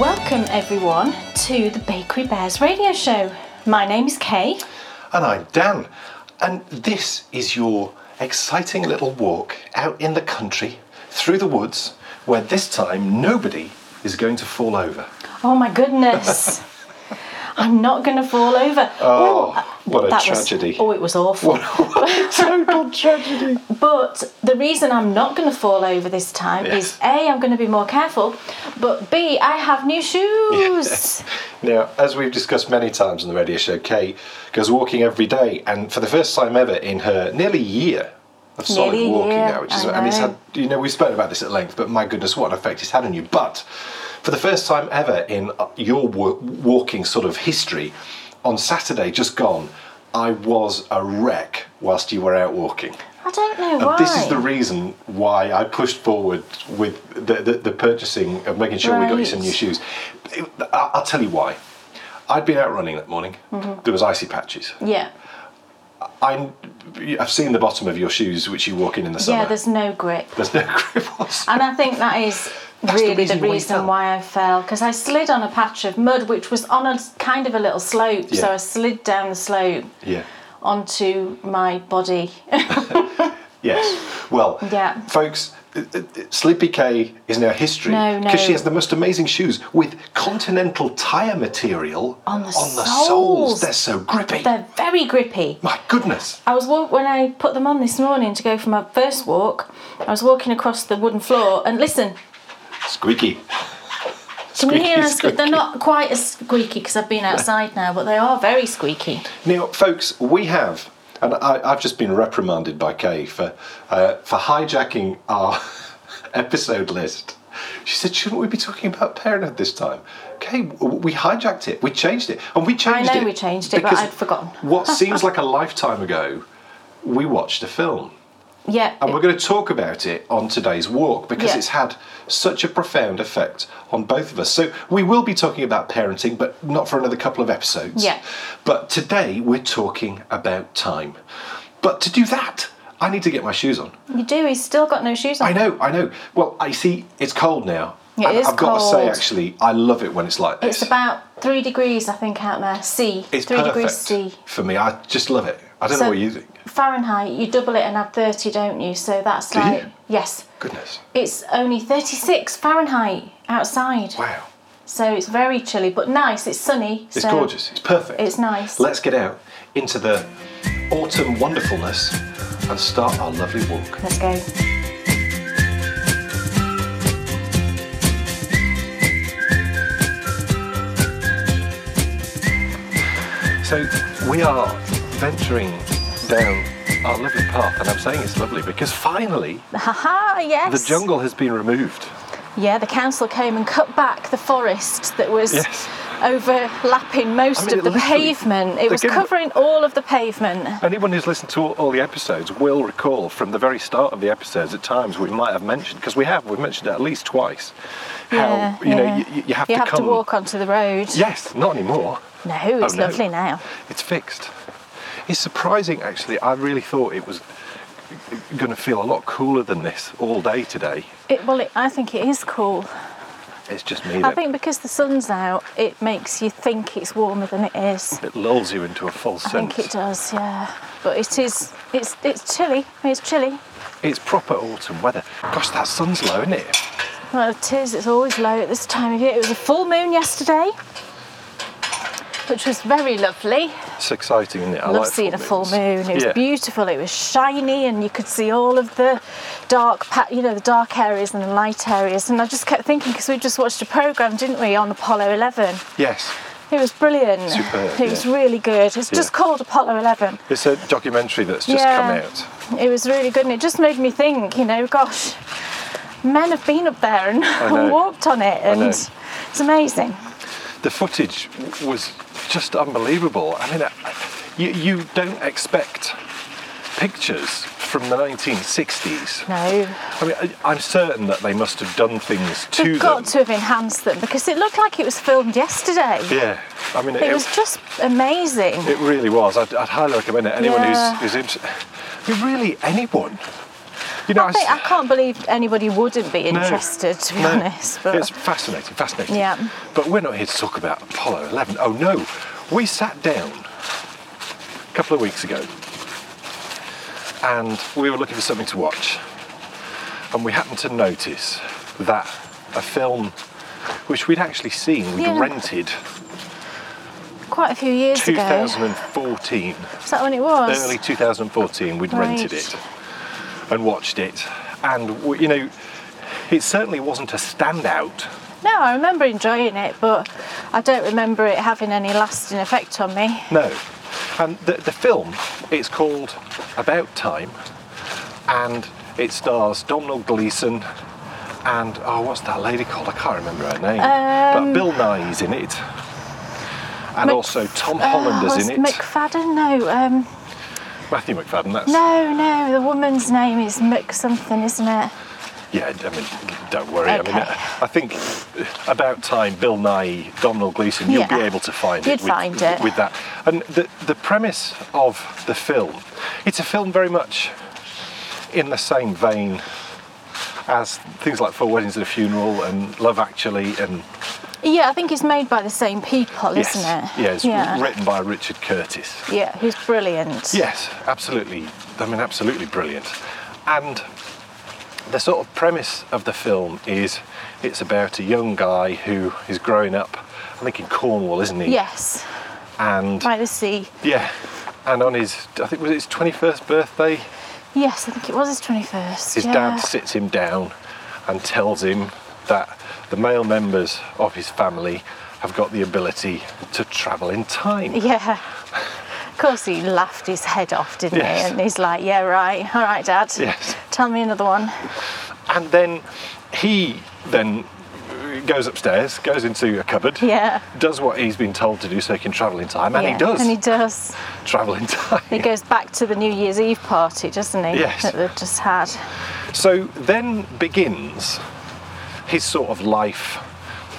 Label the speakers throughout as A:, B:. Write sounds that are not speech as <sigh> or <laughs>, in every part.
A: Welcome, everyone, to the Bakery Bears radio show. My name is Kay.
B: And I'm Dan. And this is your exciting little walk out in the country through the woods where this time nobody is going to fall over.
A: Oh my goodness.
B: <laughs>
A: I'm not going to fall over.
B: Oh, what a
A: that was-
B: tragedy.
A: oh, it was awful.
B: What
A: <laughs>
B: a total tragedy.
A: But the reason I'm not going to fall over this time
B: Yes.
A: is A, I'm going to be more careful, but B, I have new shoes.
B: Now, as we've discussed many times on the radio show, Kate goes walking every day, and for the first time ever in her nearly year of solid
A: Nearly a
B: walking
A: year,
B: now, which is
A: I
B: and it's
A: know.
B: had you know we've spoken about this at length, but my goodness, what an effect it's had on you! But for the first time ever in uh, your wa- walking sort of history, on Saturday just gone, I was a wreck whilst you were out walking.
A: I don't know why.
B: And Uh, this is the reason why I pushed forward with the, the, the purchasing of making sure we got you some
A: Right.
B: new shoes. It- I- I'll tell you why. I'd been out running that morning.
A: Mm-hmm.
B: There was icy patches.
A: yeah.
B: I, I've seen the bottom of your shoes, which you walk in in the summer.
A: Yeah, there's no grip.
B: There's no <laughs> grip
A: And
B: whatsoever.
A: I think that is
B: That's the
A: really the reason,
B: reason why you fell.
A: why I fell because I slid on a patch of mud which was on a s- kind of a little slope. So
B: Yeah.
A: I slid down the slope
B: Yeah.
A: onto my body. <laughs>
B: Yes. Well,
A: Yeah.
B: folks, uh, uh, Sleepy K is now history
A: No, no.
B: she has the most amazing shoes with continental tire material
A: On the
B: soles.
A: soles.
B: They're so grippy.
A: They're very grippy.
B: My goodness.
A: I was walk- when I put them on this morning to go for my first walk. I was walking across the wooden floor and listen.
B: Squeaky.
A: Can you hear
B: Squeaky,
A: them? squeak? They're
B: squeaky.
A: not quite as squeaky because I've been outside now, but they are very squeaky.
B: Now, folks, we have, and I, I've just been reprimanded by Kay for uh, for hijacking our <laughs> episode list. She said, "Shouldn't we be talking about parenthood this time?" Kay, w- we hijacked it. We changed it, and we changed it.
A: know we changed it, but
B: because
A: I'd forgotten. <laughs>
B: what seems like a lifetime ago, we watched a film.
A: Yeah.
B: And we're going to talk about it on today's walk because
A: Yeah.
B: it's had such a profound effect on both of us. So we will be talking about parenting, but not for another couple of episodes.
A: Yeah.
B: But today we're talking about time. But to do that, I need to get my shoes on.
A: you do. He's still got no shoes on.
B: I know, I know. Well, I see it's cold now.
A: Yeah, it
B: and
A: is
B: I've got to say,
A: cold.
B: actually, I love it when it's like this.
A: It's about three degrees, I think, out there. C.
B: It's
A: three
B: perfect
A: degrees C.
B: for me. I just love it. I don't
A: So-
B: know what you think.
A: Fahrenheit, you double it and add 30, don't you? So that's
B: Do
A: like.
B: you?
A: Yes.
B: Goodness.
A: It's only 36 Fahrenheit outside.
B: Wow.
A: So it's very chilly, but nice. It's sunny.
B: It's
A: so
B: gorgeous. It's perfect.
A: It's nice.
B: Let's get out into the autumn wonderfulness and start our lovely walk.
A: Let's go.
B: So we are venturing down our lovely path, and I'm saying it's lovely because finally
A: Haha,
B: the
A: yes.
B: jungle has been removed.
A: Yeah, the council came and cut back the forest that was
B: Yes.
A: overlapping most
B: I mean,
A: of the
B: literally,
A: pavement.
B: they
A: It was
B: gave-
A: covering all of the pavement.
B: Anyone who's listened to all, all the episodes will recall from the very start of the episodes at times we might have mentioned because we have we've mentioned it at least twice how
A: yeah,
B: you know
A: yeah.
B: you, you- you have
A: you
B: to
A: have
B: come
A: to walk onto the road.
B: yes not anymore
A: No, it's
B: no.
A: lovely now.
B: It's fixed. It's surprising, actually. I really thought it was going to feel a lot cooler than this all day today.
A: It, well, it, I think it is cool.
B: It's just me.
A: I
B: that-
A: think because the sun's out, it makes you think it's warmer than it is.
B: it lulls you into a false
A: I
B: sense.
A: think it does, yeah. But it is, it's it's chilly. It's chilly.
B: It's proper autumn weather. Gosh, that sun's low, isn't it?
A: Well, it is. It's always low at this time of year. It was a full moon yesterday, which was very lovely.
B: It's exciting, isn't it? I
A: Love
B: like
A: seeing a full moon.
B: moons.
A: It was
B: Yeah.
A: beautiful. It was shiny, and you could see all of the dark, pa- you know, the dark areas and the light areas. And I just kept thinking because we just watched a program, didn't we, on Apollo 11?
B: Yes.
A: It was brilliant.
B: Superb,
A: it was
B: yeah.
A: really good. It's just
B: Yeah.
A: called Apollo 11.
B: It's a documentary that's just
A: Yeah.
B: come out.
A: It was really good, and it just made me think. You know, gosh, men have been up there <laughs> and,
B: know.
A: walked on it, and
B: know.
A: it's amazing.
B: The footage was just unbelievable. I mean, I- you, you don't expect pictures from the 1960s
A: No,
B: I mean, I, I'm certain that they must have done things to
A: they've
B: them.
A: got to have enhanced them because it looked like it was filmed yesterday.
B: Yeah, I mean, it,
A: It was just amazing.
B: it really was. I'd, I'd highly recommend it. Anyone
A: Yeah.
B: who's who's interested, I mean, really anyone You know,
A: I, think,
B: s-
A: I can't believe anybody wouldn't be
B: no,
A: interested, to be
B: no.
A: honest. But
B: It's fascinating, fascinating.
A: Yeah.
B: But we're not here to talk about Apollo 11. Oh no, we sat down a couple of weeks ago and we were looking for something to watch and we happened to notice that a film which we'd actually seen, we'd
A: Yeah.
B: rented
A: quite a few years ago.
B: 2014,
A: Is that when it was?
B: early 2014, we'd rented
A: Right.
B: it and watched it. And, we, you know, it certainly wasn't a standout.
A: No, I remember enjoying it, but I don't remember it having any lasting effect on me.
B: No. And the, the film, it's called About Time, and it stars Domhnall Gleeson and, oh, what's that lady called? I can't remember her name. but
A: Um,
B: Bill Nye's in it. And
A: Mc-
B: also Tom
A: Oh,
B: Hollander's
A: was
B: in it.
A: McFadden? No, um,
B: Matthew McFadden, that's.
A: no, no. The woman's name is Mc something, isn't it?
B: Yeah, I mean, don't worry. I mean,
A: Okay.
B: I think about time, Bill Nye, Domhnall Gleeson, you'll be
A: Yeah.
B: able to find
A: You'd
B: it, with,
A: find it.
B: with that. And the, the premise of the film, it's a film very much in the same vein as things like Four Weddings and a Funeral and Love Actually and
A: Yeah, I think it's made by the same people,
B: yes,
A: isn't it?
B: yeah, it's
A: yeah.
B: written by Richard Curtis.
A: Yeah, who's brilliant.
B: Yes, absolutely. I mean, absolutely brilliant. And the sort of premise of the film is it's about a young guy who is growing up, I think in Cornwall, isn't he?
A: Yes,
B: And
A: by the sea.
B: yeah, and on his, I think was it his 21st birthday,
A: Yes, I think it was his 21st.
B: his
A: yeah.
B: dad sits him down and tells him that the male members of his family have got the ability to travel in time.
A: Yeah. Of course, he laughed his head off, didn't
B: Yes.
A: he? And he's like, "Yeah, right. All right, Dad.
B: Yes.
A: Tell me another one."
B: And then he then goes upstairs, goes into a cupboard,
A: Yeah.
B: does what he's been told to do so he can travel in time, and
A: yeah.
B: he does
A: And he does.
B: travel in time.
A: He goes back to the New Year's Eve party, doesn't he?
B: Yes.
A: That they've just had.
B: So then begins his sort of life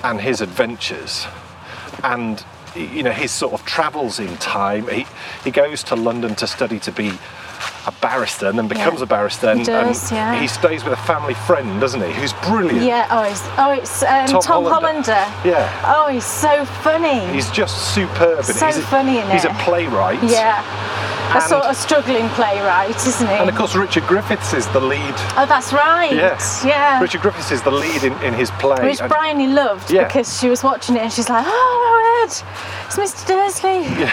B: and his adventures, and you know his sort of travels in time. He he goes to London to study to be. A barrister and then becomes
A: Yeah.
B: a barrister, and,
A: does,
B: and
A: yeah.
B: he stays with a family friend, doesn't he? Who's brilliant.
A: Yeah. Oh, it's oh, it's um,
B: Tom
A: Tom,
B: Hollander.
A: Hollander.
B: Yeah.
A: Oh, he's so funny.
B: He's just superb. in it.
A: So
B: he's a,
A: funny in
B: He's
A: it.
B: a playwright.
A: yeah. A
B: And-
A: sort of struggling playwright, isn't he?
B: And of course, Richard Griffiths is the lead.
A: oh, that's right.
B: Yes.
A: Yeah.
B: Richard Griffiths is the lead in, in his play.
A: which
B: And-
A: Bryony loved
B: Yeah.
A: because she was watching it and she's like, "Oh my word, it's Mr. Dursley."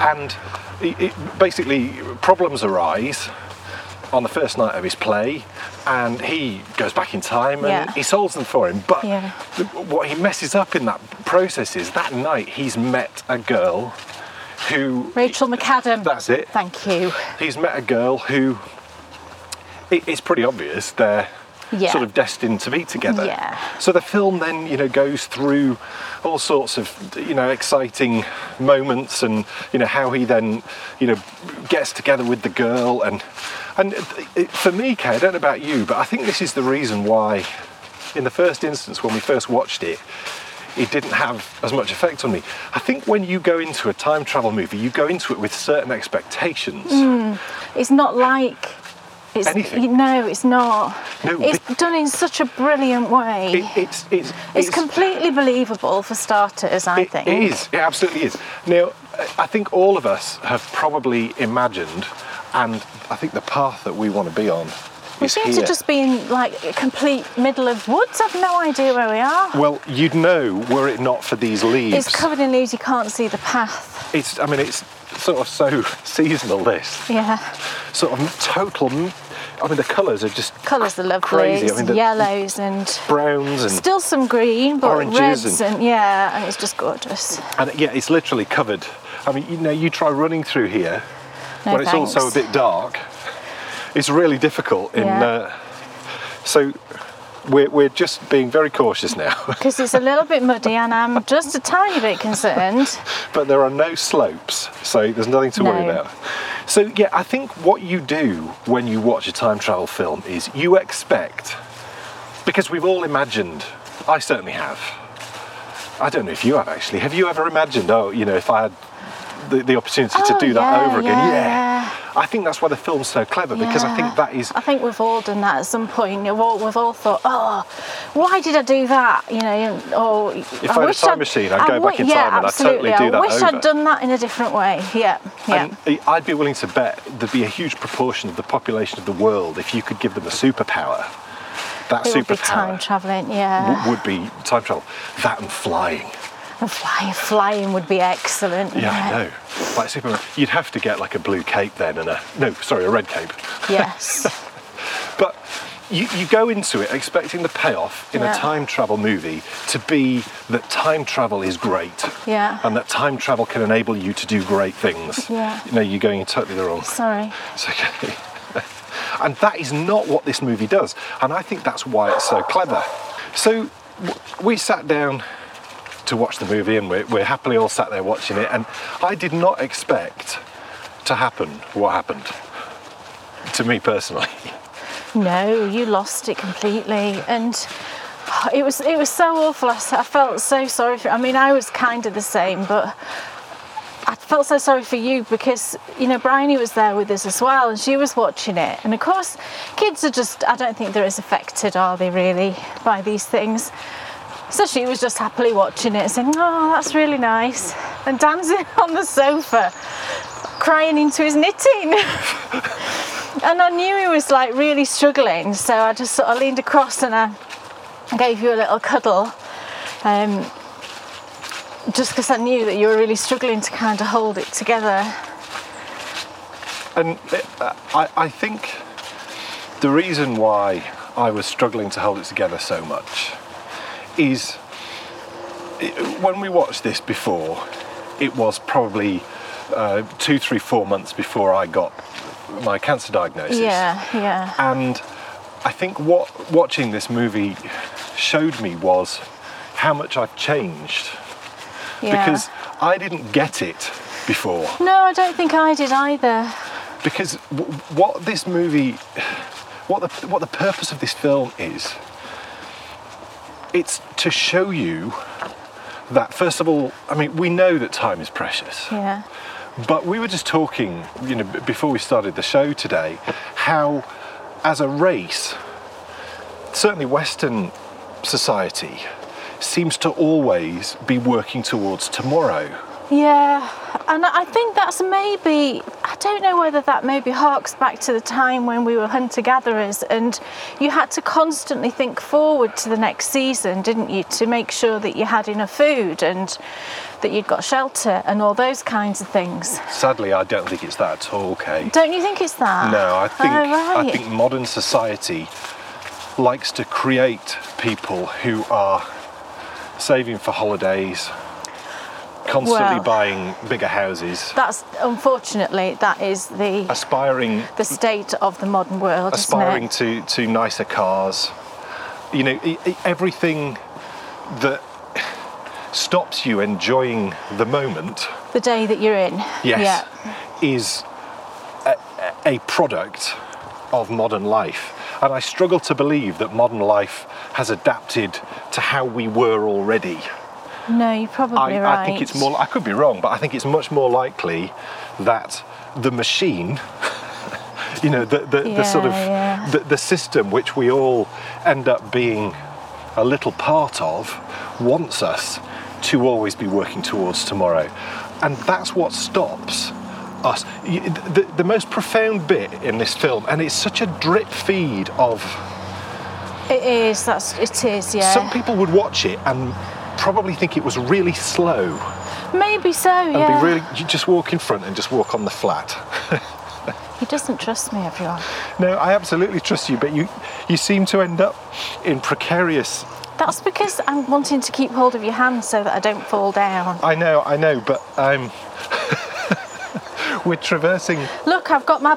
B: and it, it- basically, problems arise on the first night of his play, and he goes back in time and
A: Yeah.
B: he solves them for him. But
A: Yeah.
B: th- what he messes up in that process is that night he's met a girl who.
A: Rachel McAdam.
B: That's it.
A: Thank you.
B: he's met a girl who it, it's pretty obvious they're
A: Yeah.
B: sort of destined to be together.
A: Yeah.
B: So the film then you know goes through all sorts of you know exciting moments and you know how he then you know gets together with the girl and and it, it- for me, Kay, I don't know about you, but I think this is the reason why in the first instance when we first watched it. It didn't have as much effect on me. I think when you go into a time travel movie, you go into it with certain expectations.
A: Mm. It's not like it's
B: Anything.
A: you- no, it's not.
B: No,
A: it's
B: but-
A: done in such a brilliant way.
B: It, it's it's
A: it's, completely believable for starters, I
B: it-
A: think.
B: it is. It absolutely is. Now, I- I think all of us have probably imagined, and I think the path that we want to be on
A: We
B: is
A: seem
B: here.
A: to just be in like a complete middle of woods. I've no idea where we are.
B: Well, you'd know were it not for these leaves.
A: It's covered in leaves. You can't see the path.
B: It's- I mean, it's sort of so <laughs> seasonal. This
A: Yeah.
B: sort of total. m- I mean, the colours are just
A: Colours are lovely.
B: Crazy. I mean, the-
A: yellows and
B: browns and
A: still some green, but
B: Oranges
A: reds
B: and-
A: and, yeah, and it's just gorgeous.
B: and yeah, it's literally covered. I mean, you know, you try running through here
A: No
B: when it's
A: thanks.
B: also a bit dark. It's really difficult. In
A: Yeah.
B: uh, so we're we're just being very cautious now. <laughs>
A: Because it's a little bit muddy, and I'm just a tiny bit concerned.
B: but there are no slopes, so there's nothing to worry
A: No.
B: about. So yeah, I think what you do when you watch a time travel film is you expect, because we've all imagined. I certainly have. I don't know if you have actually. Have you ever imagined? Oh, you know, if I had the, the opportunity to
A: Oh,
B: do that
A: yeah,
B: over again,
A: yeah,
B: yeah.
A: yeah.
B: I think that's why the film's so clever because I think
A: Yeah.
B: that is
A: I think we've all done that at some point. We've all, we've all thought, oh, why did I do that? You know, or
B: If I had a time machine, I'd go back in time and I'd
A: absolutely.
B: totally do that
A: I wish
B: over.
A: I'd done that in a different way. Yeah, yeah.
B: And I'd be willing to bet there'd be a huge proportion of the population of the world if you could give them a superpower. That
A: it would be time
B: superpower
A: travelling. Yeah,
B: w- would be time travel. That and flying.
A: And fly, flying would be excellent.
B: Yeah, I know. Like Superman, you'd have to get like a blue cape then, and a no, sorry, a red cape. <laughs>
A: Yes.
B: But you, you go into it expecting the payoff in
A: Yeah.
B: a time travel movie to be that time travel is great.
A: Yeah.
B: And that time travel can enable you to do great things.
A: Yeah.
B: You know, you're going in totally the wrong.
A: Sorry.
B: It's okay. <laughs> and that is not what this movie does. And I think that's why it's so clever. So w- we sat down to watch the movie and we're, we're happily all sat there watching it. And I did not expect to happen what happened to me personally. <laughs>
A: No, you lost it completely, and it was it was so awful. I, s- I felt so sorry for. I mean, I was kind of the same, but I felt so sorry for you because you know Bryony was there with us as well, and she was watching it. And of course, kids are just. I don't think they're as affected, are they really, by these things. So she was just happily watching it, saying, "Oh, that's really nice," and Dan's <laughs> on the sofa, crying into his knitting. and I knew he was like really struggling, so I just sort of leaned across and I gave you a little cuddle. Um, just because I knew that you were really struggling to kind of hold it together.
B: And it, I, I think the reason why I was struggling to hold it together so much is it- when we watched this before, it was probably uh, two, three, four months before I got my cancer diagnosis.
A: Yeah, yeah,
B: And I think what watching this movie showed me was how much I've changed
A: yeah.
B: because I didn't get it before
A: no, I don't think I did either.
B: because w- what this movie, what the what the purpose of this film is, it's to show you that first of all, I mean, we know that time is precious,
A: Yeah,
B: but we were just talking, you know, b- before we started the show today, how as a race, certainly Western society seems to always be working towards tomorrow.
A: yeah. And I I think that's maybe, I don't know whether that maybe harks back to the time when we were hunter gatherers and you had to constantly think forward to the next season, didn't you, to make sure that you had enough food and that you'd got shelter and all those kinds of things.
B: Sadly, I don't think it's that at all, Kate.
A: Don't you think it's that?
B: No, I think
A: Oh, right.
B: I think modern society likes to create people who are saving for holidays, constantly
A: Well-
B: buying bigger houses,
A: That's unfortunately that is the
B: aspiring
A: the state of the modern world.
B: aspiring
A: isn't
B: to, to nicer cars. You know, e- e- everything that stops you enjoying the moment
A: it? the day that you're in.
B: yes, is a, a product of modern life. And I struggle to believe that modern life has adapted to how we were already.
A: Yeah. No, you're probably
B: I,
A: right.
B: I think it's more, I could be wrong, but I think it's much more likely that the machine, <laughs> you know, the, the, the sort of
A: Yeah, yeah.
B: the, the system which we all end up being a little part of, wants us to always be working towards tomorrow. And that's what stops us. Y- The, the most profound bit in this film, and it's such a drip feed of
A: It is. That's it is. Yeah.
B: some people would watch it and probably think it was really slow.
A: Maybe so.
B: and
A: yeah.
B: be really you just walk in front and just walk on the flat
A: He doesn't trust me, everyone.
B: no i absolutely trust you but you you seem to end up in precarious
A: That's because I'm wanting to keep hold of your hand so that I don't fall down.
B: i know i know but um <laughs> we're traversing
A: Look, I've got my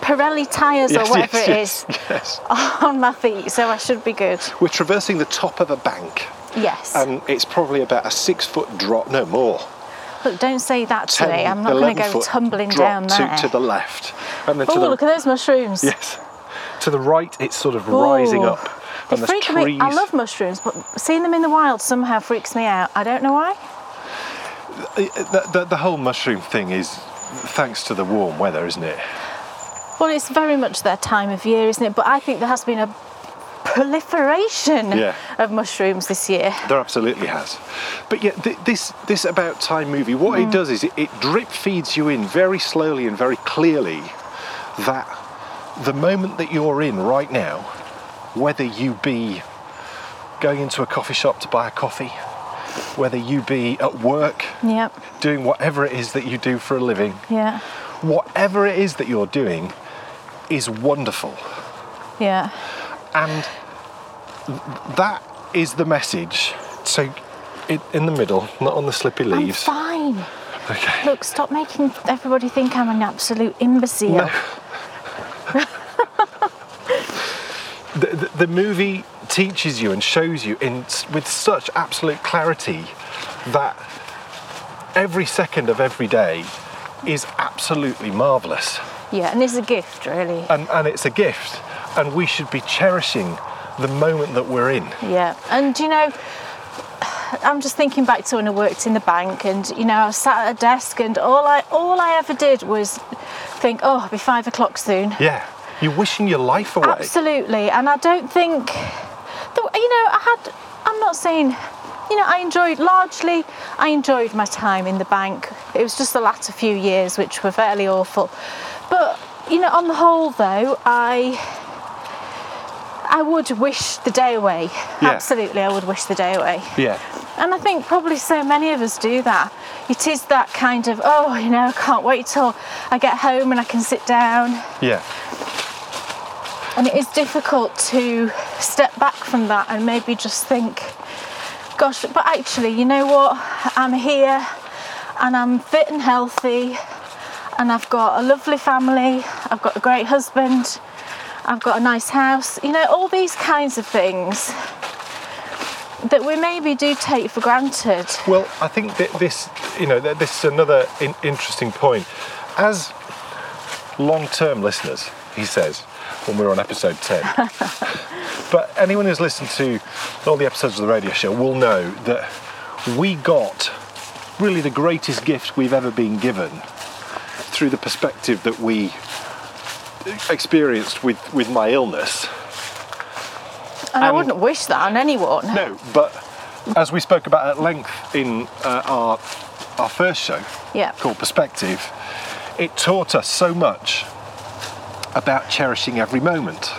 A: Pirelli tyres or whatever it is
B: yes.
A: on my feet, so I should be good.
B: we're traversing the top of a bank
A: Yes.
B: and it's probably about a six foot drop no more
A: Look, don't say that to
B: 10
A: me. I'm not going to
B: 11
A: go
B: foot
A: tumbling
B: drop
A: down
B: to,
A: there.
B: to the left and then to
A: oh,
B: the
A: look at those mushrooms.
B: yes to the right it's sort of rising
A: Ooh.
B: up
A: They
B: and there's
A: freak me.
B: trees
A: I love mushrooms, but seeing them in the wild somehow freaks me out. I don't know why.
B: the, the, the whole mushroom thing is thanks to the warm weather isn't it
A: Well, it's very much their time of year, isn't it? But I think there has been a proliferation
B: Yeah.
A: of mushrooms this year.
B: There absolutely has. But yeah, th- this this about time movie, what it does is it, it drip feeds you in very slowly and very clearly that the moment that you're in right now, whether you be going into a coffee shop to buy a coffee, whether you be at work
A: Yep.
B: doing whatever it is that you do for a living,
A: Yeah.
B: whatever it is that you're doing is wonderful.
A: Yeah.
B: And that is the message. So, it, in the middle, not on the slippy leaves.
A: I'm fine.
B: Okay.
A: Look, stop making everybody think I'm an absolute imbecile.
B: No. the, the, the movie teaches you and shows you in s- with such absolute clarity that every second of every day is absolutely marvelous,
A: Yeah, and it's a gift, really.
B: and, and it's a gift, and we should be cherishing the moment that we're in.
A: Yeah, and you know, I'm just thinking back to when I worked in the bank, and you know, I was sat at a desk, and all I all I ever did was think, oh, it'll be five o'clock soon.
B: Yeah, you're wishing your life away.
A: Absolutely, and I don't think, the- you know, I had. I'm not saying, you know, I enjoyed largely. I enjoyed my time in the bank. It was just the latter few years which were fairly awful, but you know, on the whole, though, I. I would wish the day away.
B: Yeah.
A: Absolutely, I would wish the day away.
B: Yeah.
A: And I think probably so many of us do that. It is that kind of, oh, you know, I can't wait till I get home and I can sit down.
B: Yeah,
A: And it is difficult to step back from that and maybe just think, gosh, but actually, you know what? I'm here and I'm fit and healthy and I've got a lovely family, I've got a great husband, I've got a nice house, you know, all these kinds of things that we maybe do take for granted.
B: well, I think that this, you know, that this is another in- interesting point. As long-term listeners, he says, when we were on episode 10. but anyone who's listened to all the episodes of the radio show will know that we got really the greatest gift we've ever been given through the perspective that we experienced with, with my illness.
A: And I
B: And-
A: wouldn't wish that on anyone.
B: No, but as we spoke about at length in uh, our our first show,
A: Yeah.
B: called Perspective, it taught us so much about cherishing every moment.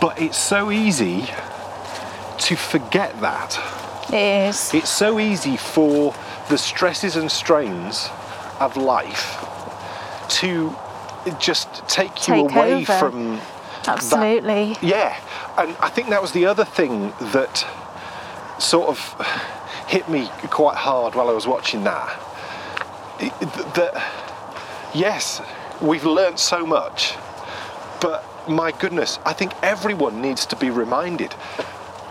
B: But it's so easy to forget that.
A: It is.
B: It's so easy for the stresses and strains of life to just take, you
A: Take
B: away
A: over.
B: from
A: Absolutely.
B: yeah, and I think that was the other thing that sort of hit me quite hard while I was watching that. It- th- That, yes, we've learnt so much, but my goodness, I think everyone needs to be reminded,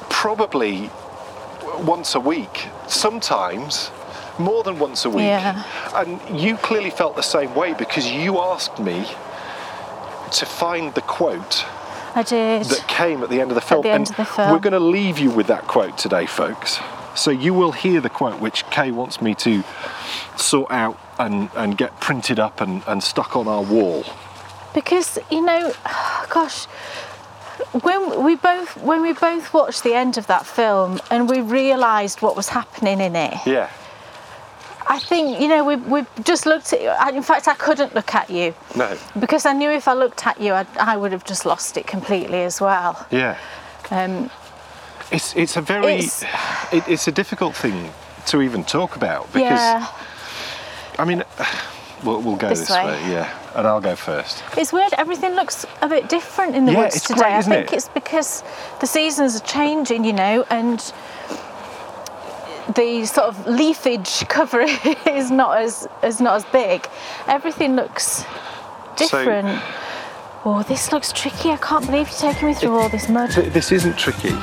B: probably w- once a week, sometimes more than once a week.
A: Yeah.
B: And you clearly felt the same way because you asked me to find the quote
A: I did.
B: that came at the end of the film.
A: the end
B: and
A: of the film.
B: We're going to leave you with that quote today, folks. So you will hear the quote which Kay wants me to sort out and, and get printed up and, and stuck on our wall.
A: because you know <sighs> gosh when we both when we both watched the end of that film and we realized what was happening in it
B: Yeah.
A: i think you know we, we just looked at you I- in fact i couldn't look at you
B: No.
A: because i knew if i looked at you i, I would have just lost it completely as well
B: Yeah.
A: um,
B: It's it's a very
A: It's-
B: it, it's a difficult thing to even talk about because
A: yeah
B: I mean we'll, we'll go this,
A: This way.
B: yeah, and I'll go first.
A: it's weird everything looks a bit different in the
B: Yeah,
A: woods
B: it's
A: today
B: great,
A: i
B: isn't
A: think
B: it?
A: it's because the seasons are changing you know and the sort of leafage <laughs> cover is not as is not as big everything looks different oh this looks tricky i can't believe you're taking me through all this mud
B: Th- This isn't tricky.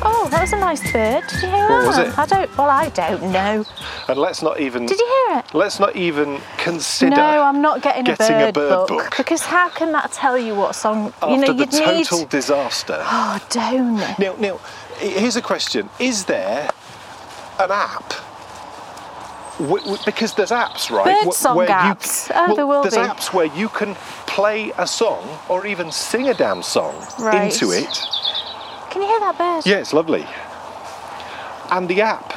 A: oh that was a nice bird did you hear
B: What
A: that
B: was it?
A: i don't well i don't know
B: And let's not even
A: did you hear it
B: let's not even consider
A: no, I'm not getting,
B: getting a
A: a bird,
B: bird
A: book,
B: book.
A: because how can that tell you what song?
B: after
A: you know,
B: the
A: you'd
B: total
A: need.
B: disaster.
A: Oh, don't.
B: Now, now, here's a question: Is there an app W- w- because there's apps, right?
A: Bird
B: wh-
A: song
B: you-
A: apps. Oh, there will
B: there's
A: be.
B: apps where you can play a song or even sing a damn song
A: Right.
B: into it.
A: Can you hear that bird?
B: Yeah, it's lovely. And the app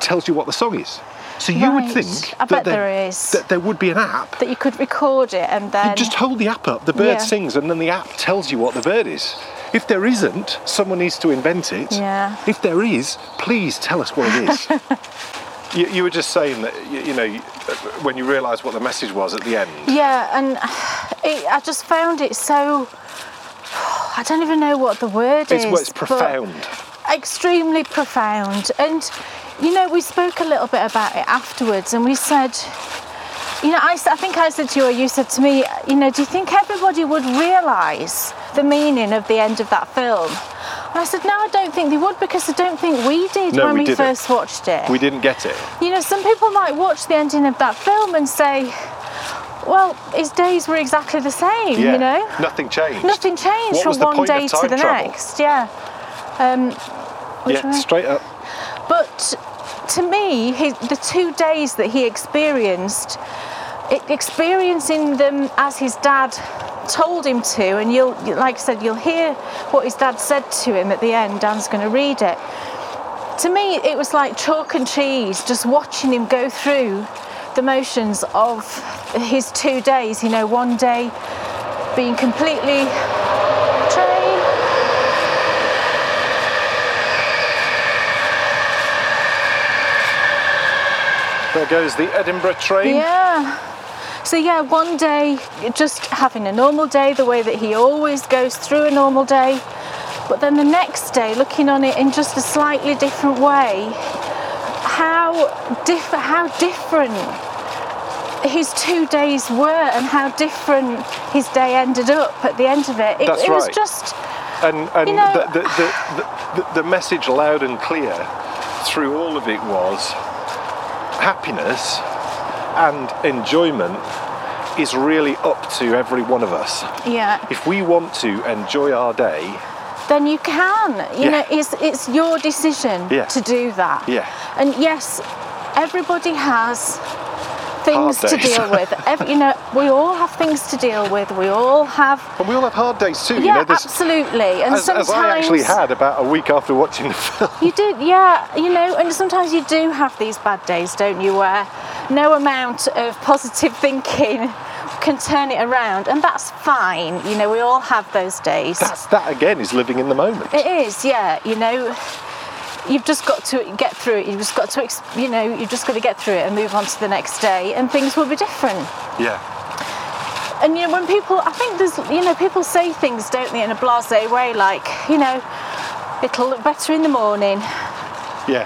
B: tells you what the song is. So you would
A: Right.
B: think
A: I bet
B: that
A: there is.
B: that there would be an app.
A: That you could record it and then.
B: You just hold the app up, the bird
A: Yeah.
B: sings, and then the app tells you what the bird is. If there isn't, someone needs to invent it.
A: Yeah.
B: If there is, please tell us what it
A: <laughs>
B: is. you, you were just saying that, you, you know, you- when you realise what the message was at the end.
A: Yeah, and it, I just found it so. I don't even know what the word is.
B: It's, well, it's
A: but
B: profound.
A: Extremely profound. And, you know, we spoke a little bit about it afterwards and we said, you know, I, s- I think I said to you, or you said to me, you know, do you think everybody would realise the meaning of the end of that film? And I said, no, I don't think they would because I don't think we did
B: No,
A: when
B: we
A: we,
B: didn't.
A: first watched it.
B: We didn't get it.
A: You know, some people might watch the ending of that film and say, well, his days were exactly the same,
B: Yeah.
A: you know?
B: Nothing changed.
A: Nothing changed
B: What
A: from
B: was the
A: one
B: point of
A: day
B: time
A: to the
B: travel?
A: next, yeah. Um, which
B: yeah,
A: way?
B: straight up.
A: But to me, his, the two days that he experienced, e- experiencing them as his dad told him to, and you'll, like I said, you'll hear what his dad said to him at the end. Dan's going to read it. To me, it was like chalk and cheese, just watching him go through the motions of his two days. You know, one day being completely trained.
B: There goes the Edinburgh train.
A: Yeah. So yeah, one day just having a normal day, the way that he always goes through a normal day, but then the next day looking on it in just a slightly different way. How diff- how different his two days were and how different his day ended up at the end of it. It,
B: That's
A: it was
B: right.
A: just
B: And, and
A: You know-
B: the, the, the, the, the message loud and clear through all of it was happiness and enjoyment is really up to every one of us.
A: yeah.
B: If we want to enjoy our day,
A: then you can. You
B: Yeah.
A: know, it's it's your decision
B: Yeah.
A: to do that.
B: Yeah.
A: And yes, everybody has
B: Hard
A: things to
B: days.
A: deal
B: <laughs>
A: with. Ev you know, we all have things to deal with. We all have.
B: and we all have hard days too, you
A: yeah,
B: know, there's-
A: absolutely. And
B: as,
A: sometimes
B: as I actually had about a week after watching the <laughs> film.
A: you do, yeah, you know, and sometimes you do have these bad days, don't you, where no amount of positive <laughs> thinking can turn it around, and that's fine. You know, we all have those days.
B: That's, that again is living in the moment.
A: It is, yeah. You know, you've just got to get through it. You've just got to, ex- you know, you've just got to get through it and move on to the next day, and things will be different.
B: Yeah.
A: And you know, when people, I think there's, you know, people say things, don't they, in a blasé way, like, you know, it'll look better in the morning,
B: Yeah.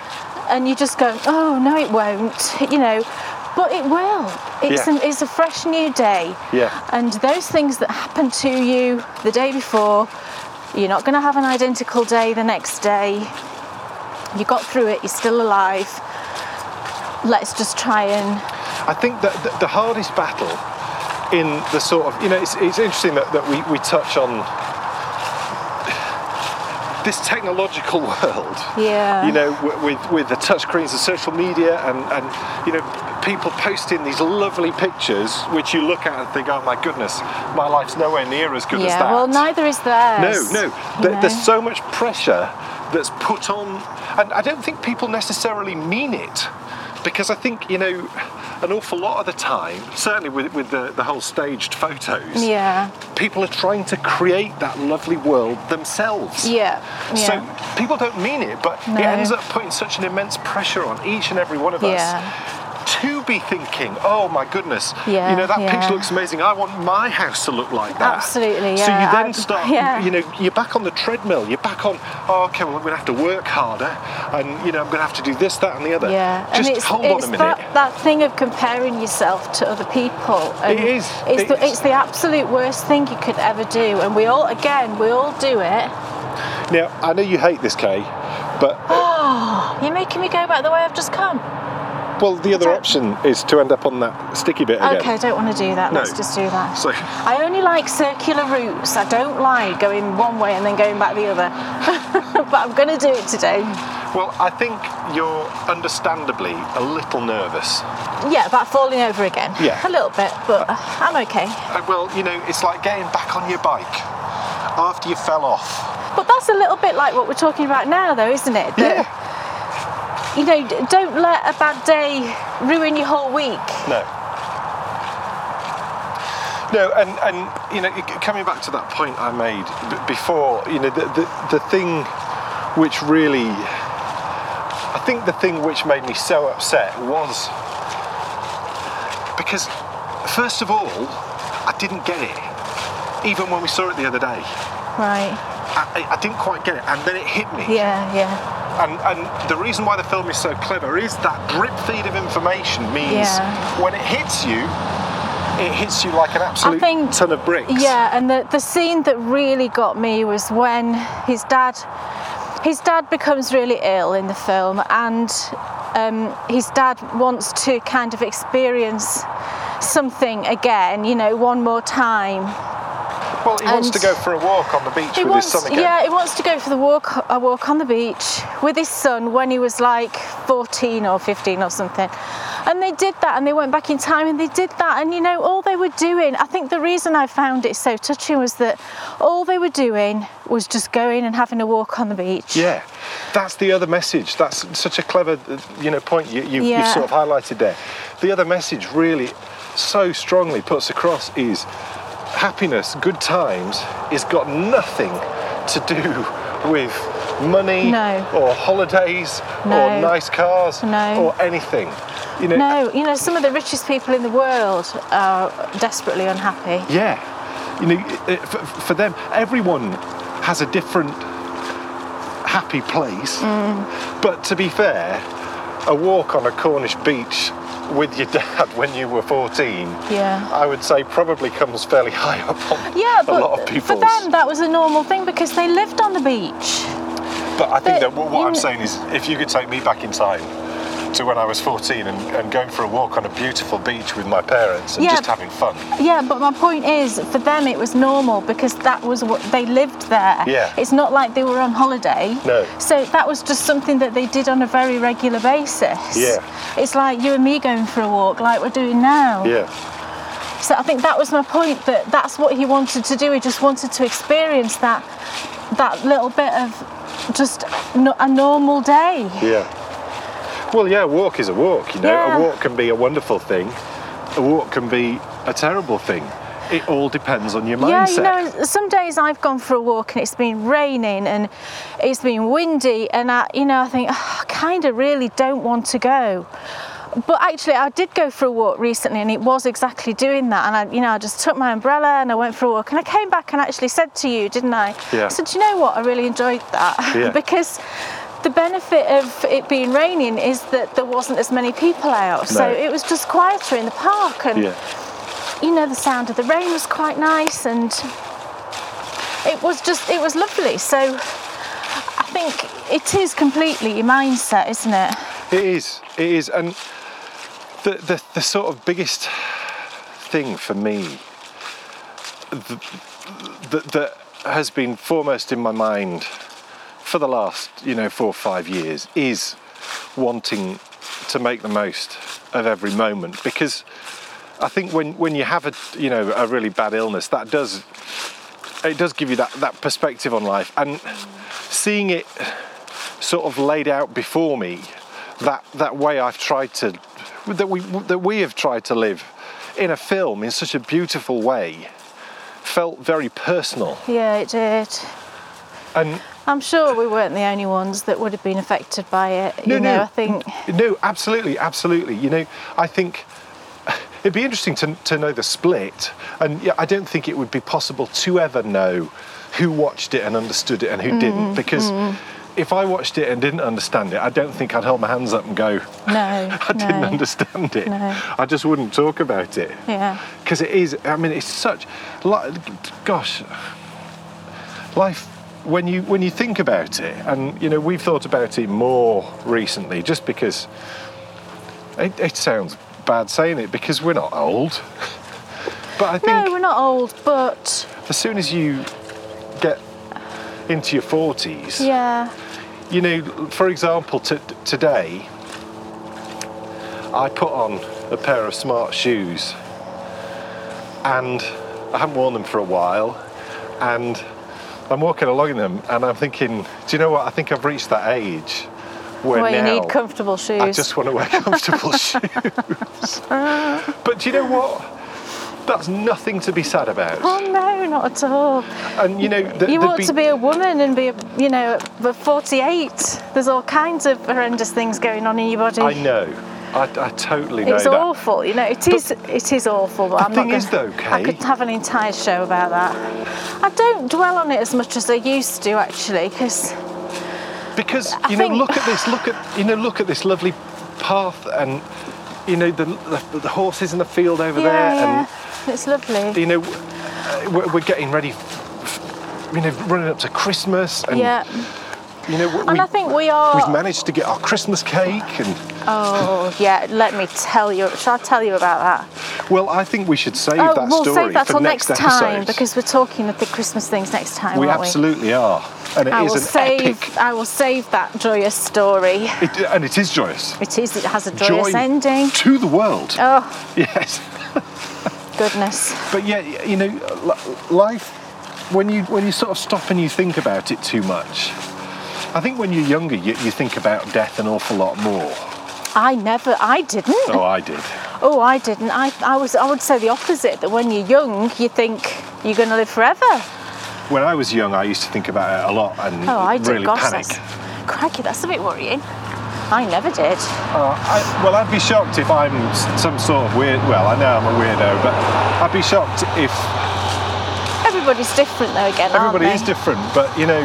A: and you just go, oh no, it won't, you know. But it will. It's,
B: Yeah.
A: an, it's a fresh new day.
B: Yeah.
A: And those things that happened to you the day before, you're not going to have an identical day the next day. You got through it, you're still alive. Let's just try and.
B: I think that the, the hardest battle in the sort of you know it's, it's interesting that, that we, we touch on this technological <laughs> world
A: Yeah.
B: you know wi- with with the touchscreens and social media and and you know people posting these lovely pictures which you look at and think oh my goodness my life's nowhere near as good as
A: Yeah,
B: that
A: well, neither is
B: no,
A: theirs.
B: no.
A: you
B: There,
A: know?
B: There's so much pressure that's put on, and I don't think people necessarily mean it, because I think you know, an awful lot of the time, certainly with, with the, the whole staged photos,
A: Yeah,
B: people are trying to create that lovely world themselves.
A: yeah, yeah.
B: So people don't mean it, but
A: No.
B: it ends up putting such an immense pressure on each and every one of
A: Yeah.
B: us to be thinking, oh my goodness,
A: Yeah,
B: you know, that
A: yeah.
B: picture looks amazing. I want my house to look like that.
A: Absolutely,
B: So
A: yeah.
B: you then
A: I'd-
B: start,
A: yeah.
B: you know, you're back on the treadmill. You're back on, oh, okay, well, I'm going to have to work harder and, you know, I'm going to have to do this, that, and the other.
A: Yeah,
B: Just
A: and it's,
B: hold
A: it's
B: on a minute.
A: That, that thing of comparing yourself to other people. and
B: It is,
A: It's,
B: it
A: the,
B: is.
A: it's the absolute worst thing you could ever do, and we all, again, we all do it.
B: Now, I know you hate this, Kay, but,
A: You're making me go back the way I've just come.
B: well, the other
A: don't-
B: option is to end up on that sticky bit again.
A: Okay, I don't want to do that.
B: No.
A: Let's just do that.
B: So-
A: I only like circular routes. <laughs> I don't like going one way and then going back the other. but I'm going to do it today.
B: Well, I think you're understandably a little nervous.
A: Yeah, about falling over again.
B: Yeah.
A: A little bit, but uh, I'm okay.
B: Uh, Well, you know, it's like getting back on your bike after you fell off.
A: But that's a little bit like what we're talking about now, though, isn't it? That, You know, d- don't let a bad day ruin your whole week.
B: No. No, and, and you know, c- coming back to that point I made b- before, you know, the, the, the thing which really, I think the thing which made me so upset was because, first of all, I didn't get it, even when we saw it the other day.
A: Right.
B: I, I- I didn't quite get it, and then it hit me.
A: Yeah, yeah.
B: And, and the reason why the film is so clever is that drip feed of information means
A: Yeah.
B: when it hits you, it hits you like an absolute
A: think-
B: ton of bricks.
A: Yeah, and the, the scene that really got me was when his dad his dad becomes really ill in the film and um, his dad wants to kind of experience something again, you know, one more time.
B: Well, he wants
A: And-
B: to go for a walk on the beach
A: He
B: with
A: wants,
B: his son again.
A: yeah, he wants to go for the walk, a walk on the beach with his son when he was like 14 or 15 or something. And they did that, and they went back in time, and they did that, and you know, all they were doing. I think the reason I found it so touching was that all they were doing was just going and having a walk on the beach.
B: Yeah. That's the other message. That's such a clever, uh, you know, point you, you,
A: Yeah.
B: you've sort of highlighted there. The other message really so strongly puts across is happiness, good times, is got nothing to do with money
A: No.
B: or holidays
A: No.
B: or nice cars
A: No.
B: or anything. You know,
A: No, you know, some of the richest people in the world are desperately unhappy.
B: Yeah, you know, it- for, for them, everyone has a different happy place.
A: Mm.
B: But to be fair, a walk on a Cornish beach with your <laughs> dad when you were 14,
A: Yeah.
B: I would say probably comes fairly high up on
A: Yeah,
B: a
A: but
B: lot of
A: for
B: people's.
A: them that was a normal thing because they lived on the beach.
B: but I
A: but
B: think that what, what
A: you
B: I'm
A: kn-
B: saying is, if you could take me back in time to when I was 14 and, and going for a walk on a beautiful beach with my parents and
A: Yeah.
B: just having fun.
A: Yeah, but my point is, for them it was normal because that was what they lived there.
B: Yeah.
A: It's not like they were on holiday.
B: No.
A: So that was just something that they did on a very regular basis.
B: Yeah.
A: It's like you and me going for a walk, like we're doing now.
B: Yeah.
A: So I think that was my point that that's what he wanted to do. He just wanted to experience that that little bit of just no, a normal day.
B: Yeah. Well, yeah, a walk is a walk, you know.
A: Yeah.
B: A walk can be a wonderful thing, a walk can be a terrible thing. It all depends on your mindset.
A: Yeah, you know, some days I've gone for a walk and it's been raining and it's been windy, and I, you know, I think "Oh, I kind of really don't want to go. But actually, I did go for a walk recently, and it was exactly doing that. And I, you know, I just took my umbrella and I went for a walk, and I came back and actually said to you, didn't I?
B: Yeah.
A: I said, "Do you know what? I really enjoyed that
B: Yeah.
A: <laughs> because." The benefit of it being raining is that there wasn't as many people out, so
B: No.
A: it was just quieter in the park, and
B: yeah.
A: you know the sound of the rain was quite nice and it was just it was lovely so i think it is completely your mindset isn't it
B: It is. It is. And the, the, the sort of biggest thing for me that, that has been foremost in my mind for the last, you know, four or five years is wanting to make the most of every moment because I think when, when you have a you know a really bad illness that does it does give you that, that perspective on life and seeing it sort of laid out before me that that way I've tried to that we that we have tried to live in a film in such a beautiful way felt very personal
A: yeah it did
B: and
A: i'm sure we weren't the only ones that would have been affected by it
B: no
A: you know
B: no
A: i think
B: no absolutely absolutely you know I think <sighs> it'd be interesting to, to know the split and yeah, I don't think it would be possible to ever know who watched it and understood it and who didn't because if I watched it and didn't understand it I don't think I'd hold my hands up and go
A: no
B: <laughs> I didn't
A: no.
B: understand it.
A: No.
B: I just wouldn't talk about it.
A: yeah
B: Because it is, I mean, it's such, li- gosh, life, when you, when you think about it, and, you know, we've thought about it more recently just because it, it sounds bad saying it because we're not old. <laughs> But I
A: no
B: think
A: we're not old but
B: as soon as you get into your 40s,
A: yeah
B: you know, for example, t- today I put on a pair of smart shoes and I haven't worn them for a while and I'm walking along in them and I'm thinking, do you know what? I think I've reached that age where
A: Well, you
B: now
A: need comfortable shoes.
B: I just want to
A: <laughs>
B: wear <laughs> comfortable shoes. but do you know what? That's nothing to be sad
A: Oh
B: about.
A: no, not at all.
B: And you know, th-
A: You
B: there'd
A: ought to be a woman and be, a, you know, but 48. There's all kinds of horrendous things going on in your body.
B: I know. I, I totally know
A: It's
B: that.
A: awful, you know. It is. It is awful. But
B: The
A: I'm
B: thing
A: not
B: is
A: gonna,
B: though,
A: I
B: Kay-
A: could have an entire show about that. I don't dwell on it as much as I used to, actually, because
B: Because
A: I
B: you know,
A: think-
B: look at this. Look at you know, look at this lovely path, and you know the the, the horses in the field over
A: yeah,
B: there, um,
A: yeah, it's lovely.
B: and you know uh, we're, we're getting ready. f- You know, running up to Christmas, and
A: yeah,
B: you know um, we,
A: and I think we
B: we've
A: are.
B: managed to get our Christmas cake, and
A: oh yeah, let me tell you. Shall I tell you about that?
B: well, I think we should save
A: oh,
B: that
A: we'll
B: story
A: save that
B: for
A: till
B: next,
A: next,
B: episode.
A: time because we're talking of the Christmas things next time,
B: we
A: aren't
B: absolutely are, and it is
A: I will
B: an
A: save.
B: epic,
A: I will save that joyous story.
B: it, and it is joyous.
A: It is. It has a joyous
B: Joy
A: ending.
B: to the world.
A: Oh
B: <laughs> Yes.
A: goodness.
B: But yeah, y- you know, li- life when you when you sort of stop and you think about it too much. I think when you're younger, you, you think about death an awful lot
A: <laughs>
B: more.
A: I never. I didn't.
B: Oh, I did.
A: Oh, I didn't. I, I was. I would say the opposite. That when you're young, you think you're going to live forever.
B: When I was young, I used to think about it a lot and
A: Oh, I did.
B: really
A: Gosh,
B: panic.
A: that's crikey. That's a bit worrying. I never did.
B: Uh, I, well, I'd be shocked if I'm s- some sort of weird. Well, I know I'm a weirdo, but I'd be shocked if
A: Everybody's different though. Again,
B: everybody
A: aren't
B: is different. But you know,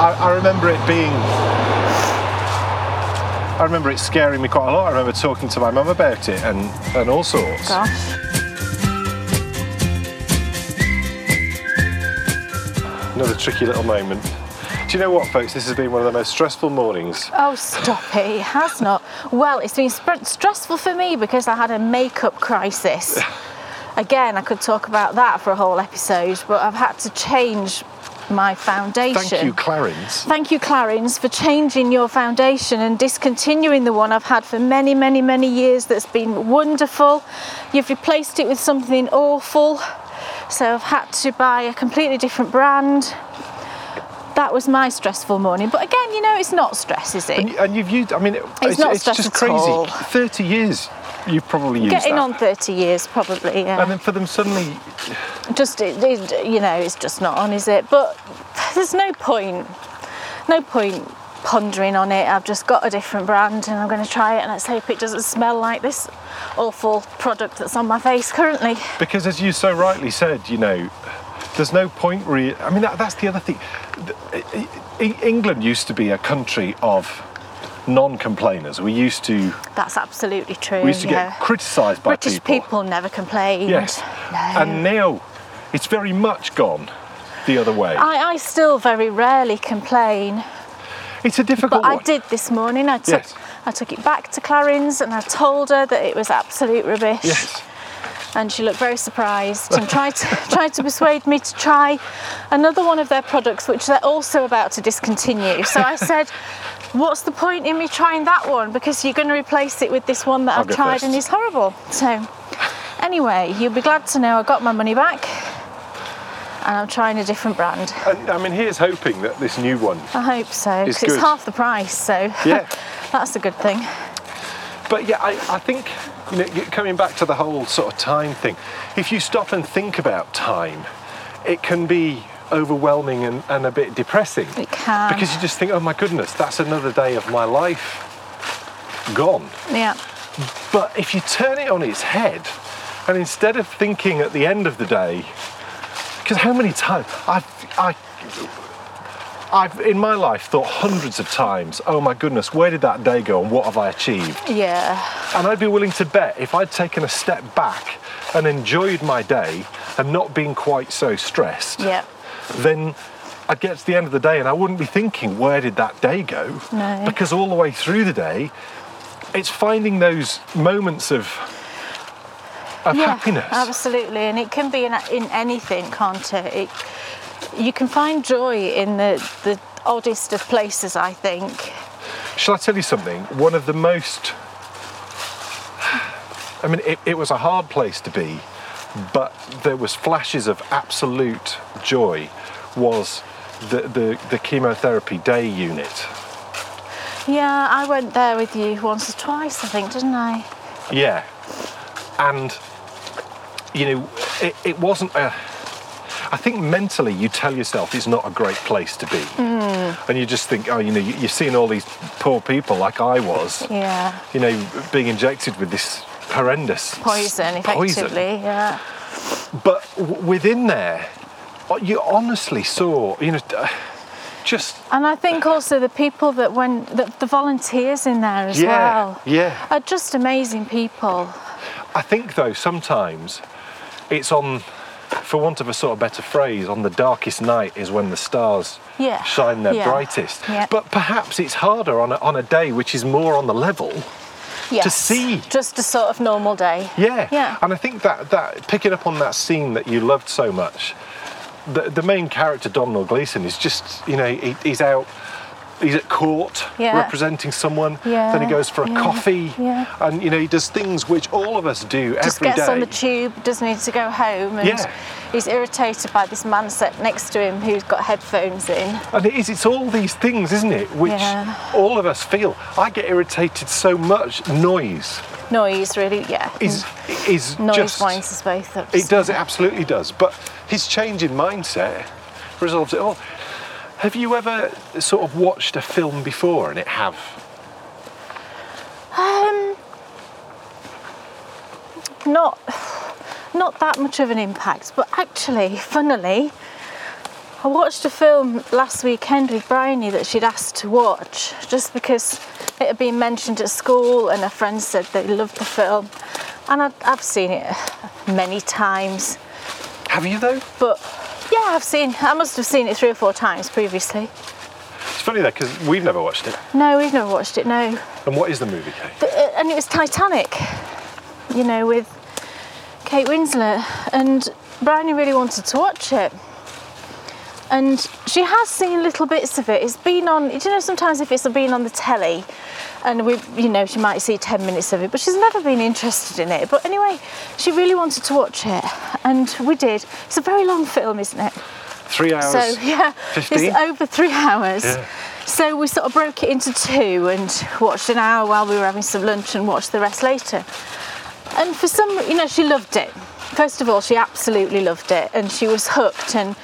B: I, I remember it being. I remember it scaring me quite a lot. I remember talking to my mum about it and, and all sorts.
A: they? Gosh.
B: Another tricky little moment. Do you know what, folks? This has been one of the most stressful mornings.
A: Oh, stop it. It has not. Well, it's been sp- stressful for me because I had a makeup crisis. Again, I could talk about that for a whole episode, but I've had to change my foundation.
B: Thank you, Clarence.
A: Thank you, Clarins, for changing your foundation and discontinuing the one I've had for many, many, many years that's been wonderful. You've replaced it with something awful, so I've had to buy a completely different brand. That was my stressful morning, but again, you know, it's not stress, is
B: And,
A: it?
B: you- and you've used. I mean, it- it's,
A: not
B: it's just
A: stress at
B: crazy.
A: all.
B: Thirty years. You've probably used
A: Getting
B: that.
A: on 30 years, probably. Yeah.
B: And then for them suddenly,
A: just it, it, you know it's just not on is it but there's no point no point pondering on it i've just got a different brand and i'm going to try it and let's hope it doesn't smell like this awful product that's on my face currently
B: because as you so rightly said, you know, there's no point. Re- I mean, that, that's the other thing. Th- E- E- England used to be a country of non-complainers. We used to
A: that's absolutely true
B: we used to
A: yeah.
B: get criticised by
A: british people. never complained
B: Yes.
A: no.
B: And now it's very much gone the other way.
A: I, I still very rarely complain
B: it's a difficult
A: But I
B: one.
A: did this morning. I took
B: Yes.
A: I took it back to Clarins and I told her that it was absolute rubbish.
B: Yes.
A: And she looked very surprised and tried to, <laughs> tried to persuade me to try another one of their products, which they're also about to discontinue. So
B: <laughs>
A: I said, "What's the point in me trying that one? Because you're going to replace it with this one that
B: I'll
A: I've
B: go
A: tried
B: first.
A: and is horrible." So anyway, you'll be glad to know I got my money back, and I'm trying a different brand.
B: And, I mean, here's hoping that this new one.
A: I hope so. 'cause It's,
B: good.
A: half the price, so
B: Yeah.
A: <laughs> that's a good thing.
B: But yeah, I, I think you know, y- coming back to the whole sort of time thing, if you stop and think about time, it can be overwhelming and, and a bit depressing.
A: It can.
B: Because you just think, oh my goodness, that's another day of my life gone.
A: yeah.
B: But if you turn it on its head, and instead of thinking at the end of the day, because how many times I've, I, I've in my life thought hundreds of times, oh my goodness, where did that day go and what have I achieved?
A: Yeah.
B: And I'd be willing to bet if I'd taken a step back and enjoyed my day and not been quite so stressed,
A: Yeah.
B: then I'd get to the end of the day and I wouldn't be thinking, where did that day go?
A: No.
B: Because all the way through the day, it's finding those moments of, of
A: yeah.
B: happiness.
A: Absolutely. And it can be in, in anything, can't it? it you can find joy in the, the oddest of places, I think.
B: Shall I tell you something? One of the most. I mean, it, it was a hard place to be, but there was flashes of absolute joy. Was the the, the chemotherapy day unit?
A: Yeah, I went there with you once or twice, I think, didn't I?
B: Yeah, and you know, it, it wasn't a. I think mentally you tell yourself it's not a great place to be, and you just think, oh, you know, you, you've seen all these poor people like I was,
A: Yeah.
B: you know, being injected with this horrendous
A: Poison,
B: s-
A: effectively.
B: poison.
A: Yeah.
B: But w- within there, uh, you honestly saw, you know, uh, just
A: And I think also the people that went, the, the volunteers in there as
B: yeah,
A: well,
B: yeah.
A: are just amazing people.
B: I think though sometimes it's on, for want of a sort of better phrase, on the darkest night is when the stars
A: Yeah.
B: shine their
A: Yeah.
B: brightest.
A: Yeah.
B: But perhaps it's harder on a, on a day which is more on the level.
A: Yes.
B: see.
A: Just a sort of normal day.
B: Yeah.
A: Yeah.
B: And I think that that picking up on that scene that you loved so much, the the main character Donald Gleason is just you know he, he's out. He's at court
A: Yeah.
B: representing someone.
A: Yeah,
B: Then he goes for a
A: yeah,
B: coffee,
A: yeah.
B: and you know he does things which all of us do
A: Just
B: every day.
A: gets on the tube, doesn't need to go home, and
B: Yeah.
A: he's irritated by this man sat next to him who's got headphones in.
B: And it is, it's all these things, isn't it, which
A: Yeah.
B: all of us feel. I get irritated so much. Noise
A: Noise, really, yeah.
B: is is
A: Noise
B: just
A: winds us both up.
B: It does, it absolutely does. But his change in mindset resolves it all. Have you ever sort of watched a film before and it have?
A: Um, not not that much of an impact but actually <laughs> funnily i watched a film last weekend with bryony that she'd asked to watch just because it had been mentioned at school and her friends said they loved the film and I'd, i've seen it many times
B: Have you though?
A: but yeah i've seen i must have seen it three or four times previously
B: It's funny though, because we've never watched it.
A: no we've never watched it no
B: And what is the movie, Kate?
A: But, uh, and it was Titanic, you know, with Kate Winslet, and Bryony really wanted to watch it. And she has seen little bits of it. It's been on, you know, sometimes if it's been on the telly, and we, you know, she might see 10 minutes of it, but she's never been interested in it. But anyway, she really wanted to watch it, and we did. It's a very long film, isn't it?
B: Three hours.
A: So <laughs> yeah,
B: 15?
A: it's over three hours.
B: Yeah.
A: So we sort of broke it into two and watched an hour while we were having some lunch and watched the rest later. And for some, you know, she loved it. First of all, she absolutely loved it and she was hooked. And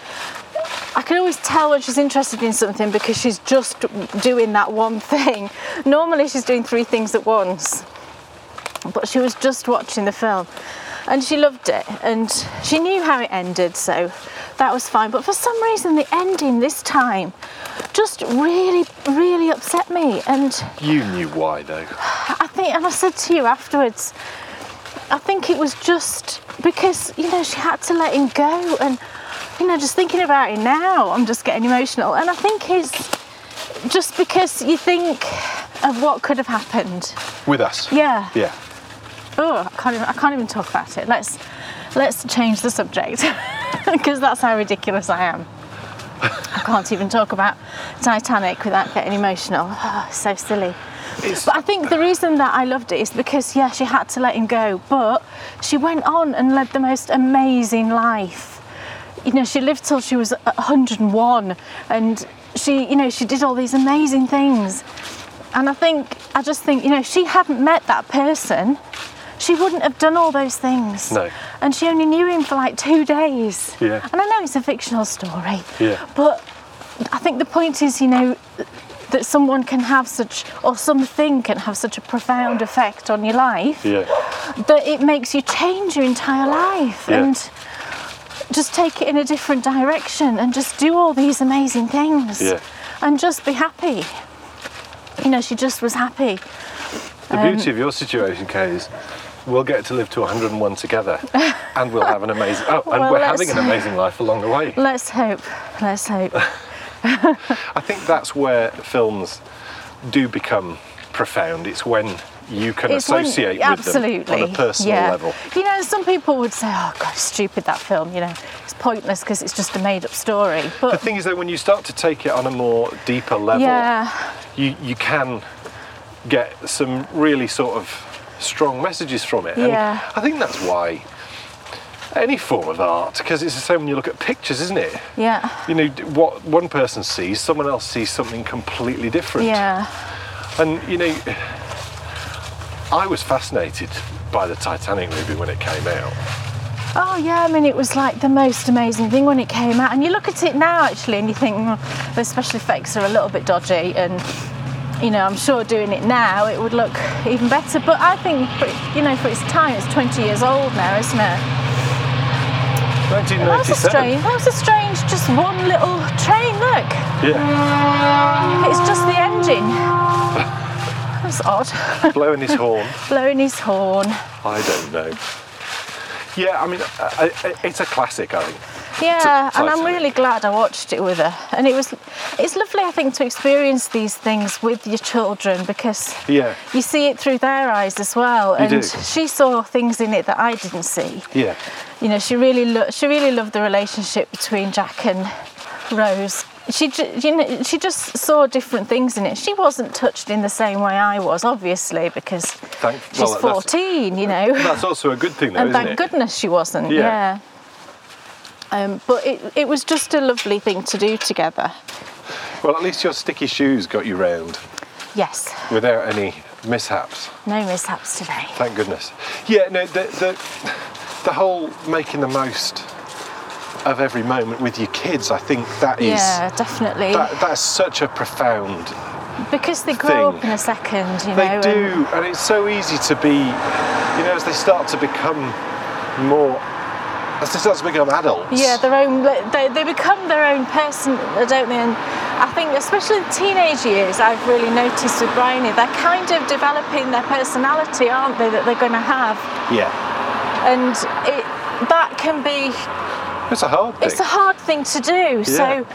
A: I can always tell when she's interested in something because she's just doing that one thing. <laughs> Normally, she's doing three things at once but she was just watching the film and she loved it and she knew how it ended so that was fine but for some reason the ending this time just really really upset me and
B: You knew why though.
A: I think, and I said to you afterwards, I think it was just because, you know, she had to let him go. And, you know, just thinking about it now, I'm just getting emotional. And I think it's just because you think of what could have happened.
B: With us.
A: Yeah.
B: Yeah.
A: Oh, I can't even, I can't even talk about it. Let's, let's change the subject <laughs> because that's how ridiculous I am. I can't even talk about Titanic without getting emotional. <sighs> Oh, so silly.
B: It's-
A: But I think the reason that I loved it is because, yeah, she had to let him go, but she went on and led the most amazing life. You know, she lived till she was 101 and she, you know, she did all these amazing things. And I think, I just think, you know, if she hadn't met that person, she wouldn't have done all those things.
B: No.
A: And she only knew him for like two days.
B: Yeah.
A: And I know it's a fictional story.
B: Yeah.
A: But I think the point is, you know, that someone can have such, or something can have such a profound effect on your life
B: Yeah.
A: that it makes you change your entire life
B: Yeah.
A: and just take it in a different direction and just do all these amazing things
B: Yeah.
A: and just be happy. You know, she just was happy.
B: The
A: Um,
B: beauty of your situation, Kay, is we'll get to live to 101 together and we'll have an amazing oh and
A: Well,
B: we're
A: let's-
B: having an amazing life along the way.
A: Let's hope. Let's
B: <laughs>
A: hope.
B: I think that's where films do become profound. It's when you can
A: It's one-
B: associate with
A: absolutely,
B: them on a personal
A: yeah.
B: level.
A: You know, some people would say, "Oh God, stupid that film." You know, it's pointless because it's just a made-up story.
B: The
A: But
B: thing is, though, when you start to take it on a more deeper level,
A: yeah,
B: you, you can get some really sort of strong messages from it.
A: Yeah.
B: And I think that's why any form of art, because it's the same when you look at pictures, isn't it?
A: yeah,
B: You know, d- what one person sees, someone else sees something completely different.
A: yeah.
B: And, you know, I was fascinated by the Titanic movie when it came out.
A: Oh yeah, I mean it was like the most amazing thing when it came out, and you look at it now actually, and you think "Mm, the special effects are a little bit dodgy, and you know I'm sure doing it now it would look even better. But I think for, you know for its time, it's 20 years old now, isn't it? That was a
B: 1997.
A: strange. That was a strange, just one little train. Look,
B: Yeah,
A: it's just the engine. That's odd. <laughs>
B: blowing his horn.
A: Blowing his horn.
B: I don't know. Yeah, I mean, I, I, it's a classic, I think.
A: Yeah,
B: T-
A: and I'm
B: Titanic.
A: really glad I watched it with her. And it was, it's lovely, I think, to experience these things with your children because
B: Yeah.
A: you see it through their eyes as well.
B: You
A: and
B: do.
A: she saw things in it that I didn't see.
B: Yeah.
A: You know, she really, lo- she really loved the relationship between Jack and Rose. She, ju- you know, she just saw different things in it. She wasn't touched in the same way I was, obviously, because
B: Thank,
A: she's
B: well, that's-
A: 14. You know.
B: That's also a good thing, though,
A: and
B: isn't
A: thank
B: it?
A: goodness she wasn't.
B: Yeah.
A: Yeah. Um, but it, it was just a lovely thing to do together.
B: Well, at least your sticky shoes got you round
A: Yes,
B: without any mishaps.
A: no mishaps today.
B: Thank goodness. Yeah, no, the, the, the whole making the most of every moment with your kids, I think that is
A: Yeah, definitely.
B: that, that's such a profound
A: because they grow
B: thing.
A: up in a second, you
B: They
A: know. and-
B: do, and it's so easy to be, you know, as they start to become more, as they start to become adults.
A: yeah, their own. They, they become their own person, don't they? And I think, especially the teenage years, I've really noticed with Bryony, they're kind of developing their personality, aren't they? That they're going to have,
B: yeah.
A: and it that can be
B: It's a hard thing.
A: it's a hard thing to do so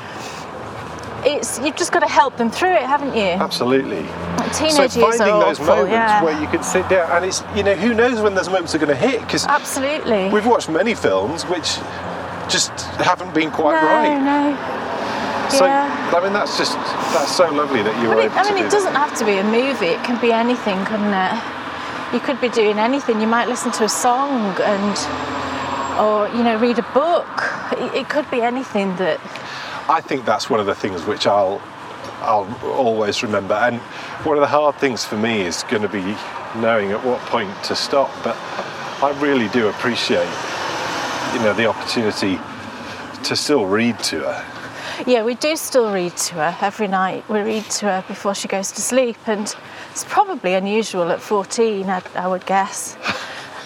A: it's you've just got to help them through it haven't you
B: Absolutely.
A: teenage
B: Uh, so
A: years
B: finding
A: are
B: those
A: awful
B: moments
A: yeah
B: where you can sit down, and it's you know who knows when those moments are going to hit because
A: Uh, absolutely
B: we've watched many films which just haven't been
A: no,
B: quite right.
A: no
B: So
A: yeah.
B: I mean that's just that's so lovely that you
A: but
B: were
A: it,
B: able
A: I
B: to
A: mean
B: do
A: it
B: that.
A: doesn't have to be a movie it can be anything couldn't it you could be doing anything you might listen to a song and or you know read a book it, it could be anything that
B: I think that's one of the things which I'll I'll always remember. And one of the hard things for me is going to be knowing at what point to stop. But I really do appreciate you know the opportunity to still read to her.
A: yeah we do still read to her every night we read to her before she goes to sleep and it's probably unusual at 14 i, I would guess <laughs>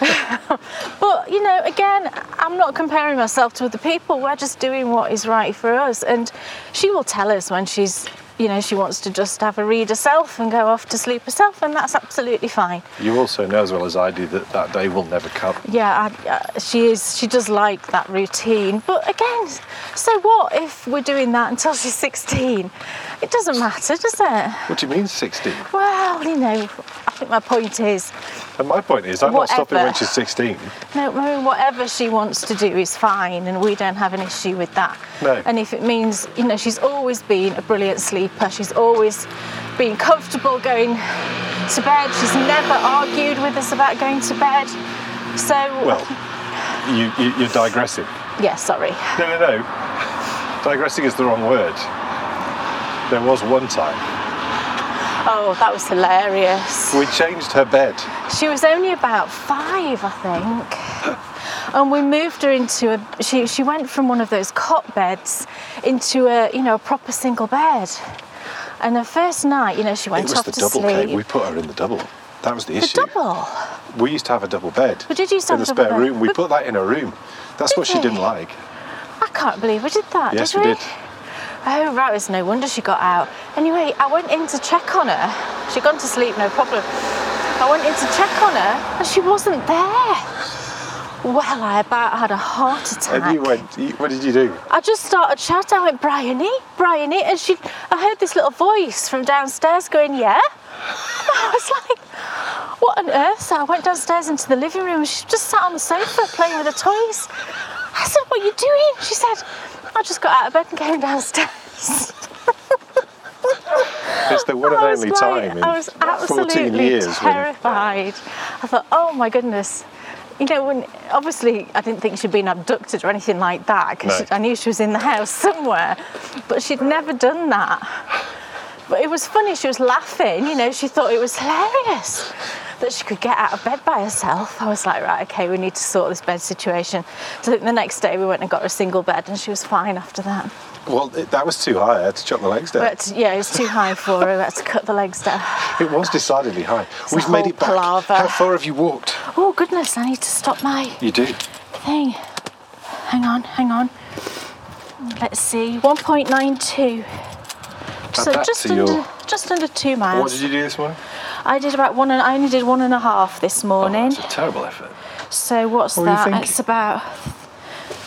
A: but you know again i'm not comparing myself to other people we're just doing what is right for us and she will tell us when she's you know she wants to just have a read herself and go off to sleep herself and that's absolutely fine
B: You also know as well as I do that that day will never come.
A: yeah, I, uh, she is. She does like that routine. But again, so what if we're doing that until she's 16? It doesn't matter, does it?
B: What do you mean 16?
A: Well, you know, I think my point is,
B: And my point is, I'm not stopping
A: Whatever.
B: when she's 16.
A: no, I mean, whatever she wants to do is fine, and we don't have an issue with that.
B: No.
A: And if it means, you know, she's always been a brilliant sleeper. She's always been comfortable going to bed. She's never argued with us about going to bed. So,
B: Well, you, you, you're digressing.
A: yeah, sorry.
B: No, no, no. Digressing is the wrong word. There was one time
A: Oh, that was hilarious.
B: we changed her bed.
A: She was only about five, I think. And we moved her into a. She, she went from one of those cot beds into a you know a proper single bed. And her first night, you know, she went
B: it was
A: off
B: the
A: to
B: double,
A: sleep.
B: Kate. We put her in the double. That was the
A: the
B: issue.
A: double.
B: We used to have a double bed.
A: We did used to
B: in
A: have
B: the
A: a double
B: spare
A: bed.
B: room. We
A: But-
B: put that in her room. That's
A: Did
B: what she
A: we?
B: didn't like.
A: I can't believe we did that.
B: yes,
A: did
B: we
A: we?
B: did.
A: Oh right, it's no wonder she got out. Anyway, I went in to check on her. She'd gone to sleep, no problem. I went in to check on her, and she wasn't there. Well, I about had a heart attack.
B: And you went. You, what did you do?
A: I just started shouting. I went, Bryony, Bryony, and she. <laughs> I heard this little voice from downstairs going, "Yeah." I was like, What on earth? So I went downstairs into the living room and she just sat on the sofa playing with her toys. I said, What are you doing? She said, I just got out of bed and came downstairs.
B: It's the one and
A: I was
B: only
A: like-
B: time in
A: I was
B: 14
A: absolutely
B: years. when-
A: terrified. I thought, oh my goodness. You know, when obviously I didn't think she'd been abducted or anything like that because
B: No.
A: I knew she was in the house <laughs> somewhere, but she'd never done that. But it was funny. She was laughing. You know, she thought it was hilarious that she could get out of bed by herself. I was like, right, okay, we need to sort this bed situation. So the next day we went and got her a single bed, and she was fine after that.
B: well, it, that was too high. I had to chop the legs down.
A: But yeah, it was too high for her. We had to cut the legs down.
B: it was decidedly high.
A: a
B: We've made
A: whole
B: it back.
A: palaver.
B: How far have you walked?
A: Oh goodness, I need to stop my
B: You do.
A: thing. Hang on, hang on. Let's see, 1.92. So
B: back
A: just
B: to
A: under,
B: your-
A: just under two
B: What
A: miles.
B: did you Oh, do this morning?
A: I did about one. And, I only did one and a half this morning.
B: It's a terrible effort.
A: so what's
B: What were you
A: that?
B: thinking?
A: It's about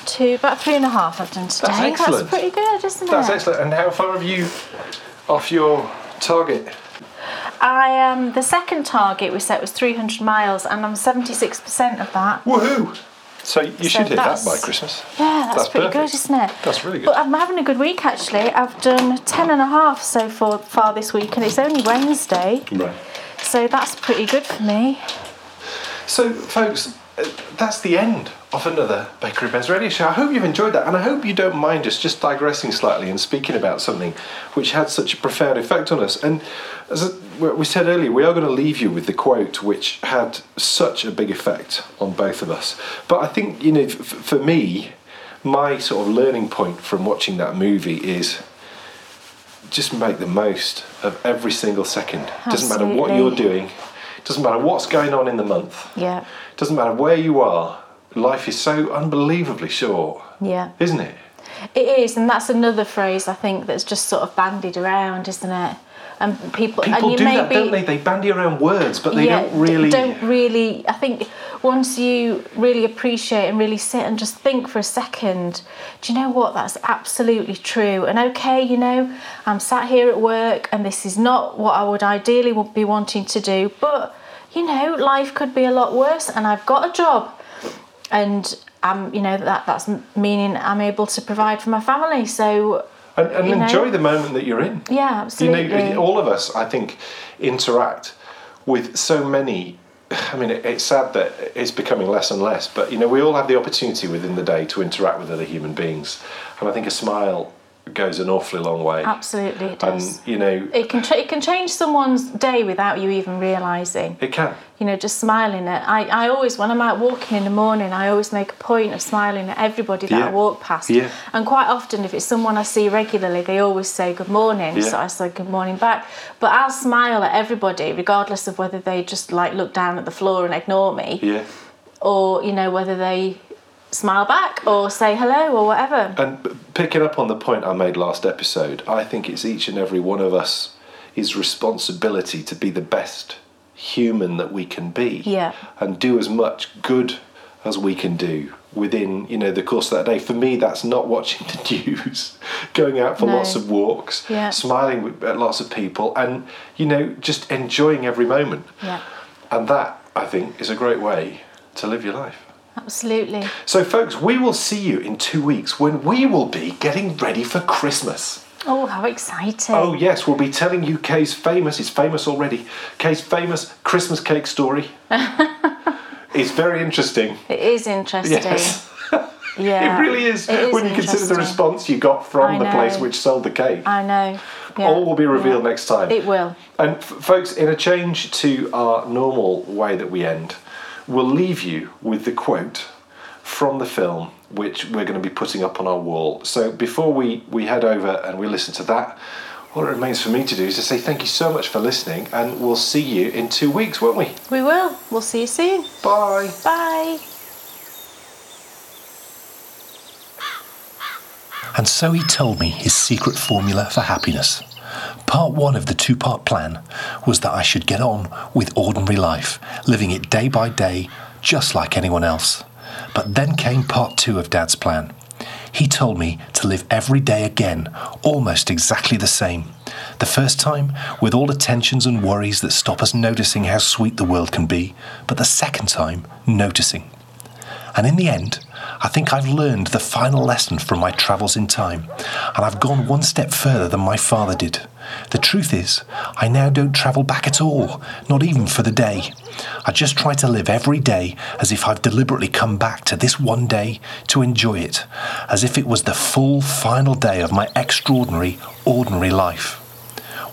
A: two, about three and a half I've done today.
B: excellent.
A: pretty good, isn't
B: That's
A: it?
B: excellent. And how far have you off your target?
A: I um, the second target we set was 300 miles, and I'm 76% of that.
B: Woohoo! So you
A: So
B: should hit that
A: that's-
B: by Christmas.
A: Yeah, that's,
B: That's
A: pretty
B: perfect.
A: good, isn't it?
B: That's really good.
A: But I'm having a good week actually. I've done ten and a half so far, far this week, and it's only Wednesday,
B: Right.
A: so that's pretty good for me.
B: So, folks, uh, that's the end of another Bakery Bears radio show. I hope you've enjoyed that, and I hope you don't mind us just digressing slightly and speaking about something which had such a profound effect on us. And as we we said earlier, we are going to leave you with the quote which had such a big effect on both of us. But I think, you know, f- for me, my sort of learning point from watching that movie is just make the most of every single second. Doesn't matter what
A: Absolutely.
B: you're doing, doesn't matter what's going on in the month.
A: Yeah,
B: Doesn't matter where you are, life is so unbelievably short,
A: yeah,
B: isn't it?
A: it is, and that's another phrase I think that's just sort of bandied around, isn't it? And people, and
B: People
A: you
B: do
A: maybe
B: that, don't they? They bandy around words, but they
A: yeah,
B: don't really.
A: don't really. I think once you really appreciate and really sit and just think for a second, do you know what? That's absolutely true. And okay, you know, I'm sat here at work, and this is not what I would ideally would be wanting to do, but you know, life could be a lot worse, and I've got a job, and I'm, you know, that that's meaning I'm able to provide for my family. So
B: and and
A: you know.
B: enjoy the moment that you're in.
A: yeah,
B: You
A: absolutely.
B: know, all of us, I think, interact with so many. I mean, it, it's sad that it's becoming less and less, but you know, we all have the opportunity within the day to interact with other human beings, and I think a smile goes an awfully long way.
A: absolutely, it does.
B: And you know,
A: It can tra- it can change someone's day without you even realizing.
B: it can.
A: You know, just smiling at. I, I always when I'm out walking in the morning, I always make a point of smiling at everybody that
B: Yeah.
A: I walk past.
B: Yeah.
A: And quite often, if it's someone I see regularly, they always say good morning.
B: Yeah.
A: So I say good morning back. But I'll smile at everybody, regardless of whether they just like look down at the floor and ignore me,
B: Yeah.
A: or you know whether they smile back or say hello or whatever.
B: And p- picking up on the point I made last episode, I think it's each and every one of us is responsibility to be the best human that we can be.
A: Yeah.
B: And do as much good as we can do within, you know, the course of that day. For me, that's not watching the <laughs> news, going out for
A: No.
B: lots of walks,
A: Yeah.
B: smiling with- at lots of people and, you know, just enjoying every moment.
A: Yeah.
B: And that, I think, is a great way to live your life.
A: Absolutely.
B: So, folks, we will see you in two weeks when we will be getting ready for Christmas.
A: Oh, how exciting!
B: Oh, yes, we'll be telling you Kay's famous, it's famous already, Kay's famous Christmas cake
A: <laughs>
B: story. it's very interesting.
A: It is interesting.
B: Yes.
A: Yeah.
B: <laughs> it really is,
A: It
B: when you consider the
A: interesting.
B: response you got from
A: I
B: the place
A: know.
B: which sold the cake.
A: I know. Yeah.
B: All will be revealed
A: Yeah.
B: next time.
A: It will.
B: And f- folks, in a change to our normal way that we end, we'll leave you with the quote from the film, which we're going to be putting up on our wall. So before we, we head over and we listen to that, all it remains for me to do is to say thank you so much for listening, and we'll see you in two weeks, won't we?
A: We will. We'll see you soon.
B: Bye.
A: Bye.
C: And so he told me his secret formula for happiness. Part one of the two part plan was that I should get on with ordinary life, living it day by day, just like anyone else. But then came part two of Dad's plan. He told me to live every day again, almost exactly the same. The first time, with all the tensions and worries that stop us noticing how sweet the world can be, but the second time, noticing. And in the end, I think I've learned the final lesson from my travels in time, and I've gone one step further than my father did. The truth is, I now don't travel back at all, not even for the day. I just try to live every day as if I've deliberately come back to this one day to enjoy it, as if it was the full final day of my extraordinary, ordinary life.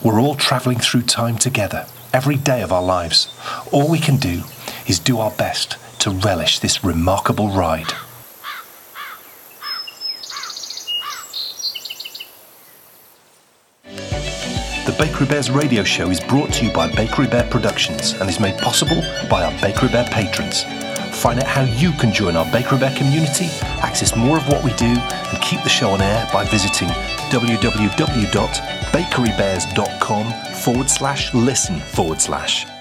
C: We're all travelling through time together, every day of our lives. All we can do is do our best to relish this remarkable ride. The Bakery Bears radio show is brought to you by Bakery Bear Productions and is made possible by our Bakery Bear patrons. Find out how you can join our Bakery Bear community, access more of what we do, and keep the show on air by visiting www.bakerybears.com forward slash listen forward slash.